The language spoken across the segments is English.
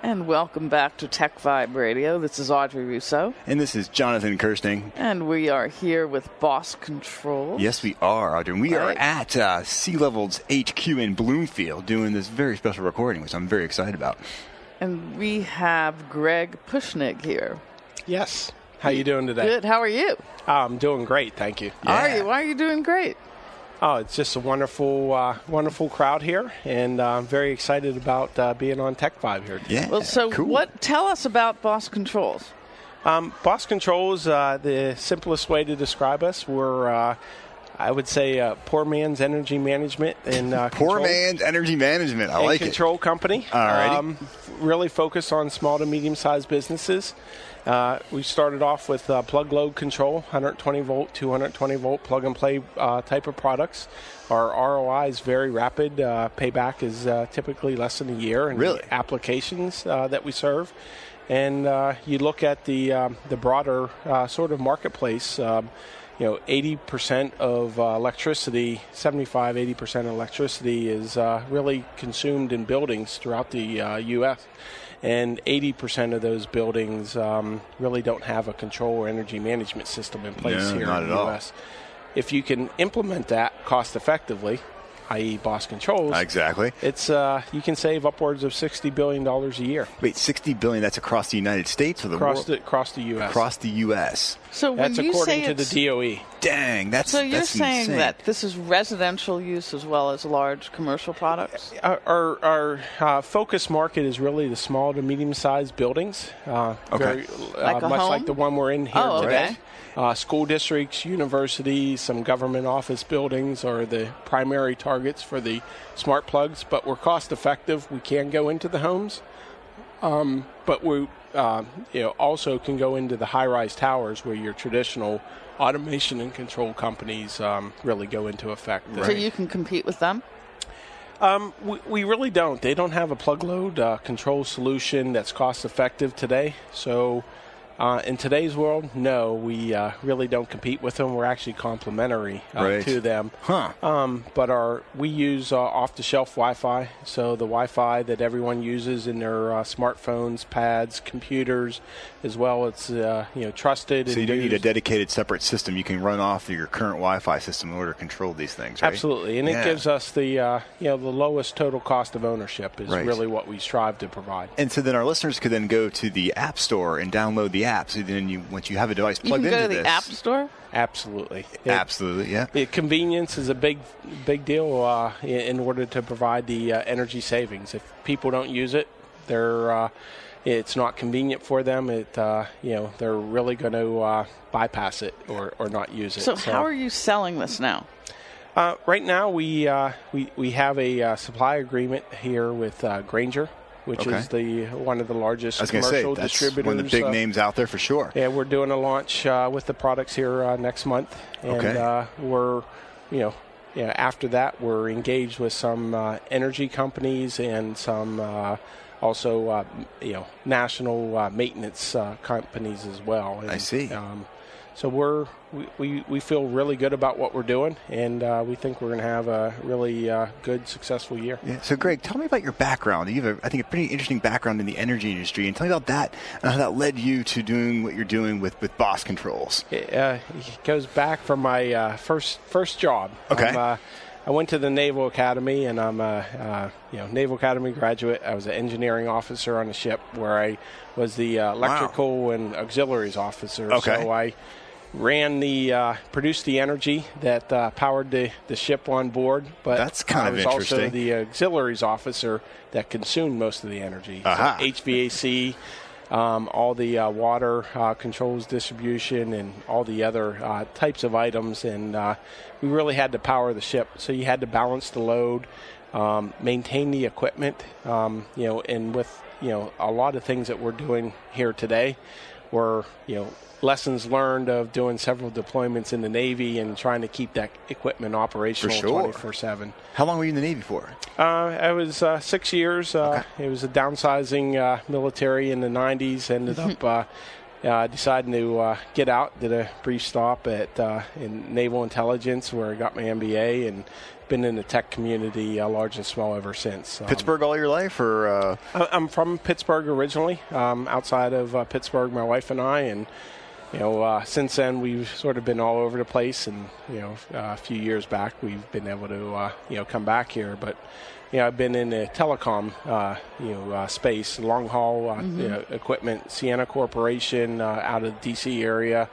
And welcome back to Tech Vibe Radio. This is Audrey Russo, And this is Jonathan Kirsting. and we are here with Boss Control. Yes, we are, Audrey. We All are right. at uh, Sea Level's HQ in Bloomfield doing this very special recording, which I'm very excited about. And we have Greg Pushnick here. Yes. How you doing today? Good. How are you? I'm doing great, thank you. Are you? Why are you doing great? Oh, it's just a wonderful, uh, wonderful crowd here, and uh, I'm very excited about uh, being on Tech Vibe here. today. Yeah. Well, so cool. what? Tell us about Boss Controls. Um, boss Control is uh, the simplest way to describe us. We're, uh, I would say, uh, poor man's energy management and uh, Poor control- man's energy management. I and like control company. Alrighty. f- really focused on small to medium sized businesses. Uh, we started off with uh, plug load control, 120 volt, 220 volt plug and play uh, type of products. Our ROI is very rapid. Uh, payback is uh, typically less than a year. And Really? the applications uh, that we serve. And uh, you look at the um, the broader uh, sort of marketplace. Um, you know, 80% of uh, electricity, 75, 80% of electricity is uh, really consumed in buildings throughout the uh, U.S. And 80% of those buildings um, really don't have a control or energy management system in place No, here not in at the all. U.S. If you can implement that cost effectively, i.e., boss controls, it. Exactly. it's uh, you can save upwards of sixty billion dollars a year Wait, 60 billion, that's across the United States or the across world? the across the U.S. across the U.S. So when That's you according say to the E. it's- DOE. Dang, that's so you're that's saying insane. that this is residential use as well as large commercial products? Our our, our uh, focus market is really the small to medium-sized buildings, uh, Okay. uh, Like a much home? like the one we're in here Oh, today. okay. Uh, school districts, universities, some government office buildings are the primary targets for the smart plugs. But we're cost-effective. We can go into the homes. but we um, you know, also can go into the high-rise towers where your traditional automation and control companies um, really go into effect. So you can compete with them? Um, we, we really don't. They don't have a plug load uh, control solution that's cost effective today. So, uh, in today's world, no, we uh, really don't compete with them. We're actually complementary uh, Right. to them. Huh. Um, but our we use uh, off the shelf Wi Fi. So, the Wi Fi that everyone uses in their uh, smartphones, pads, computers, as well, it's uh, you know trusted. So and you don't need a used. dedicated separate system. You can run off of your current Wi-Fi system in order to control these things, right? Absolutely, and Yeah. it gives us the uh, you know the lowest total cost of ownership is Right. really what we strive to provide. And so then our listeners could then go to the App Store and download the app. So then you, once you have a device You can plugged go into to the this, app store? Absolutely. It- absolutely, yeah. it- convenience is a big, big deal uh, in, in order to provide the uh, energy savings. If people don't use it, they're uh, it's not convenient for them. It uh, you know they're really going to uh, bypass it or, or not use it. So how are you selling this now? Uh, right now, we, uh, we we have a uh, supply agreement here with uh, Granger, which Okay. is the one of the largest I was going to say commercial that's distributors. one of the big uh, names out there for sure. Yeah, we're doing a launch uh, with the products here uh, next month, and Okay. uh, we're, you know, yeah, after that we're engaged with some uh, energy companies and some uh, also, uh, m- you know, national uh, maintenance uh, companies as well. And, I see. Um, so we're we, we, we feel really good about what we're doing, and uh, we think we're going to have a really uh, good, successful year. Yeah. So Greg, tell me about your background. You have, a, I think, a pretty interesting background in the energy industry, and tell me about that and how that led you to doing what you're doing with with Boss Controls. It, uh, it goes back from my uh, first first job. Okay. I'm, uh, I went to the Naval Academy, and I'm a uh, you know Naval Academy graduate. I was an engineering officer on a ship, where I was the uh, electrical and auxiliaries officer. Okay. So I ran the uh, produced the energy that uh, powered the, the ship on board. But That's kind I of was also interesting. the auxiliaries officer that consumed most of the energy. So Aha. HVAC, um, all the uh, water uh, controls distribution, and all the other uh, types of items. And uh, we really had to power the ship, so you had to balance the load. um, maintain the equipment, um, you know, and with you know a lot of things that we're doing here today were you know lessons learned of doing several deployments in the Navy and trying to keep that equipment sure. operational 24 seven. How long were you in the Navy for? Uh, I was uh, six years. Uh, It was a downsizing uh, military in the 90s. Ended up uh, uh, deciding to uh, get out. Did a brief stop at uh, in Naval Intelligence where I got my MBA and been in the tech community, uh, large and small, ever since. Um, Pittsburgh all your life, or uh, I- I'm from Pittsburgh originally. Um, outside of uh, Pittsburgh, my wife and I, and you know, uh, since then we've sort of been all over the place. And you know, uh, a few years back, we've been able to uh, you know come back here. But you know, I've been in the telecom uh, you know uh, space, long haul uh, you know, equipment, Sienna Corporation uh, out of the DC area.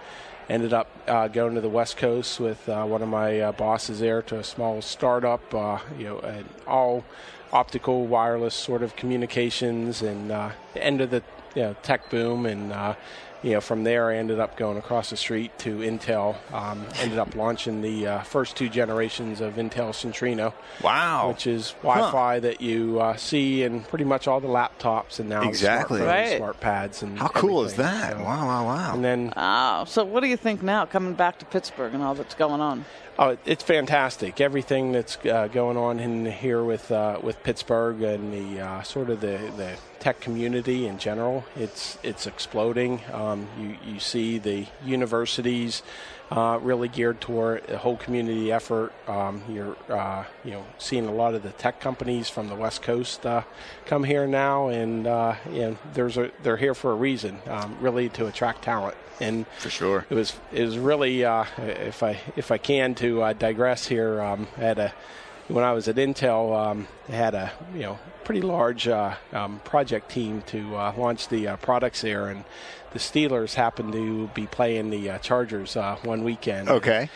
Ended up uh, going to the West Coast with uh, one of my uh, bosses there to a small startup. Uh, you know, an all optical wireless sort of communications and uh, the end of the you know, tech boom and uh, you know from there I ended up going across the street to Intel um, ended up launching the uh, first two generations of Intel Centrino wow, which is Wi-Fi that you uh, see in pretty much all the laptops and now the Exactly. smartphones, Right. smart pads and how cool is everything. that? So- Wow, wow, wow. and then Wow. Ah, So what do you think now, coming back to Pittsburgh and all that's going on? Oh, it- it's fantastic! Everything that's uh, going on in here with uh, with Pittsburgh and the uh, sort of the, the tech community in general, it's it's exploding. Um, you you see the universities uh, really geared toward a whole community effort. Um, you're uh, you know seeing a lot of the tech companies from the West Coast uh, come here now, and uh, and there's a they're here for a reason, um, really to attract talent and For sure. it was it was really uh, if I if I can to uh, digress here. Um, I had a when I was at Intel, um, I had a you know pretty large uh, um, project team to uh, launch the uh, products there, and the Steelers happened to be playing the uh, Chargers uh, one weekend. Okay.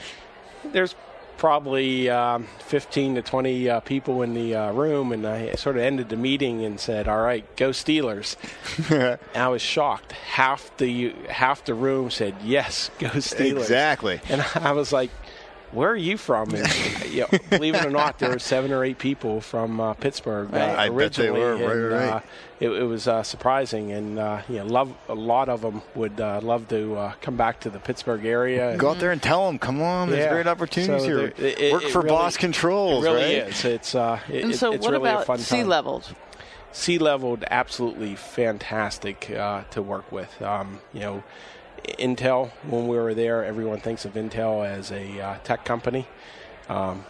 There's probably um, 15 to 20 uh, people in the uh, room, and I sort of ended the meeting and said, "All right, go Steelers." And I was shocked. Half the half the room said yes, go Steelers. Exactly. And I was like, "Where are you from?" And, you know, believe it or not, there were seven or eight people from uh, Pittsburgh uh, Right. I bet they originally. were. Right, and, right, uh, right. it, it was uh, surprising, and uh, you know, love a lot of them would uh, love to uh, come back to the Pittsburgh area. and- Go out there and tell them, come on, there's Yeah. great opportunities So here. there- it- it- Work it for really- Boss Controls, it really right? is. It's uh, it- And it- so it's what really a fun about sea time. levels? sea leveled absolutely fantastic uh, to work with um, you know intel when we were there everyone thinks of intel as a uh, tech company um,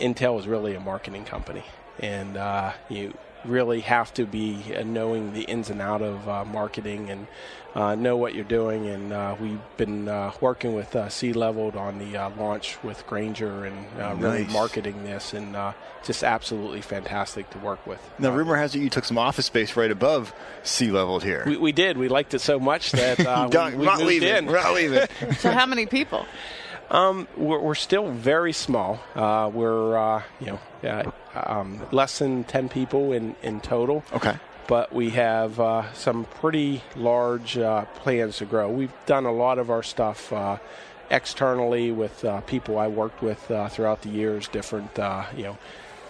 intel is really a marketing company and uh, you really have to be uh, knowing the ins and out of uh, marketing and uh, know what you're doing and uh, we've been uh, working with uh, sea leveled on the uh, launch with granger and uh, really Nice. marketing this and uh, just absolutely fantastic to work with Now, rumor has it you took some office space right above sea level here. we, we did. We liked it so much that uh, Done. we, We're we not moved leaving. in. We're not leaving. So how many people? Um, we're, we're still very small. Uh, we're uh, you know uh, um, less than ten people in in total. okay. But we have uh, some pretty large uh, plans to grow. We've done a lot of our stuff uh, externally with uh, people I worked with uh, throughout the years, different uh, you know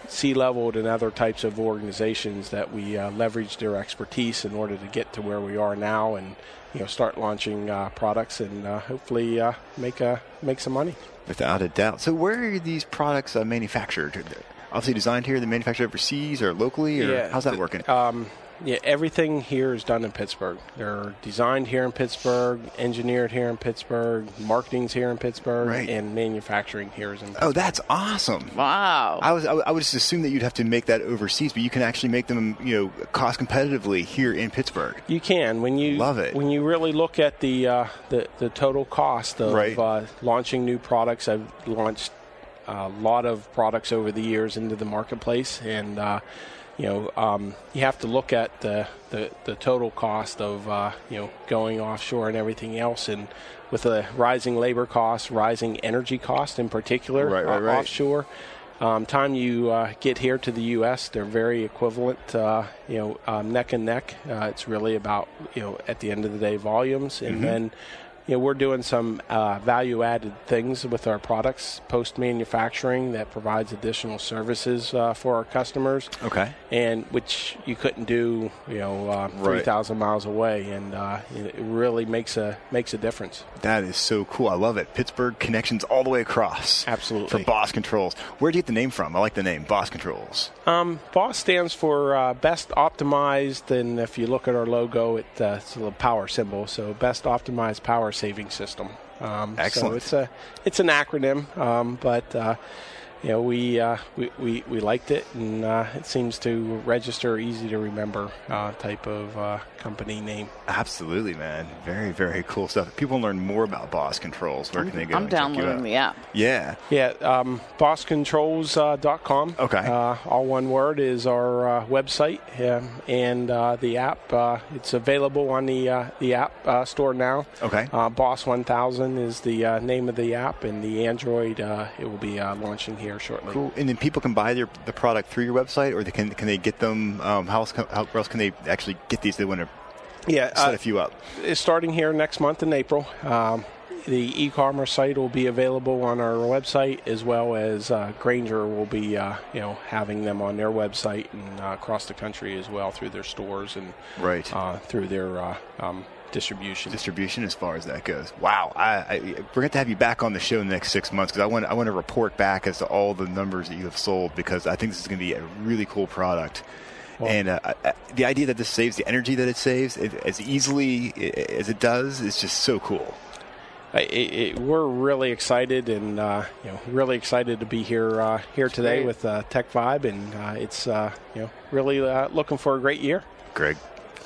C-leveled and other types of organizations that we uh, leverage their expertise in order to get to where we are now, and you know start launching uh, products and uh, hopefully uh, make uh, make some money. Without a doubt. So, where are these products uh, manufactured? They're Obviously, designed here, they're manufactured overseas or locally, or Yeah. how's that working? Um, yeah, everything here is done in Pittsburgh. They're designed here in Pittsburgh, engineered here in Pittsburgh, marketing's here in Pittsburgh, Right. and manufacturing here is in. oh, that's awesome. Wow. I was I would- I would just assume that you'd have to make that overseas, but you can actually make them you know cost competitively here in Pittsburgh. You can when you Love it. when you really look at the uh, the, the total cost of Right. uh, launching new products. I've launched uh, a lot of products over the years into the marketplace, and uh, you know um, you have to look at the the, the total cost of uh, you know going offshore and everything else, and with the rising labor costs, rising energy costs in particular, Right, right, uh, right. offshore. Um, time you uh, get here to the U.S., they're very equivalent, uh, Mm-hmm. you know, um, neck and neck. Uh, it's really about, you know, at the end of the day, volumes, and then you know, we're doing some uh, value added things with our products, post manufacturing that provides additional services uh, for our customers. Okay. And which you couldn't do, you know, uh, Right. 3,000 miles away. And uh, it really makes a, makes a difference. That is so cool. I love it. Pittsburgh connections all the way across. Absolutely. For Boss Controls. Where'd you get the name from? I like the name, Boss Controls. Um, BOSS stands for uh, Best Optimized, and if you look at our logo, it, uh, it's a little power symbol. So, Best Optimized Power Saving System. Um, Excellent. So it's a it's an acronym, um, but uh, you know we, uh, we we we liked it, and uh, it seems to register easy to remember uh, type of uh, company name. Absolutely, man. Very, very cool stuff. If people learn more about Boss Controls, where can they go? I'm and check you out? downloading the app. Yeah. Yeah, um, bosscontrols.com. Okay. Uh, all one word is our uh, website um, and uh, the app. Uh, it's available on the uh, the app uh, store now. Okay. Uh, Boss 1000 is the uh, name of the app, and the Android uh, it will be uh, launching here shortly. Cool. And then people can buy their, the product through your website, or they can can they get them? Um, how, else can, how else can they actually get these? They want to Yeah, set uh, a few up. is starting here next month in April. Um, the e-commerce site will be available on our website, as well as uh, Granger will be, uh, you know, having them on their website and uh, across the country as well through their stores and Right. uh, through their uh, um, distribution. distribution as far as that goes. Wow, I, I, we're going to have you back on the show in the next six months because I want I want to report back as to all the numbers that you have sold because I think this is going to be a really cool product. and uh, I- I- the idea that this saves the energy that it saves it, as easily i- as it does is just so cool. I, it, it, we're really excited and uh, you know really excited to be here uh, here today great. with uh, Tech Vibe, and uh, it's uh, you know really uh, looking for a great year. Greg,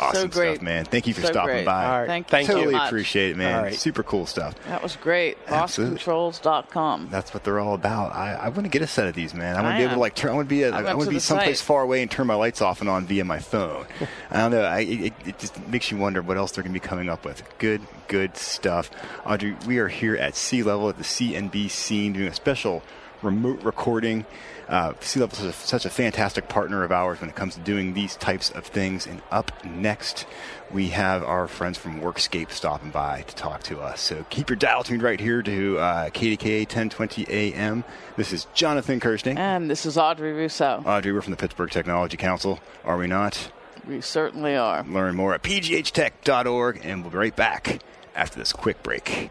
awesome great. stuff, man. Thank you for So stopping great. by. All right, Thank thank you. Totally so much. appreciate it, man. All right. Super cool stuff. That was great. Absolutely. BossControls.com. That's what they're all about. I, I want to get a set of these, man. I want I to be able am. to like turn. I want to be. A, I went want to to be the someplace site. far away and turn my lights off and on via my phone. I don't know. I, it, it just makes you wonder what else they're going to be coming up with. Good, good stuff. Audrey, we are here at sea level at the CNB scene doing a special remote recording. Uh, sea level is such a fantastic partner of ours when it comes to doing these types of things. And up next, we have our friends from Workscape stopping by to talk to us. So keep your dial tuned right here to uh, KDKA 1020 AM. This is Jonathan Kirsting. And this is Audrey Rousseau. Audrey, we're from the Pittsburgh Technology Council, are we not? we certainly are. Learn more at pghtech.org, and we'll be right back after this quick break.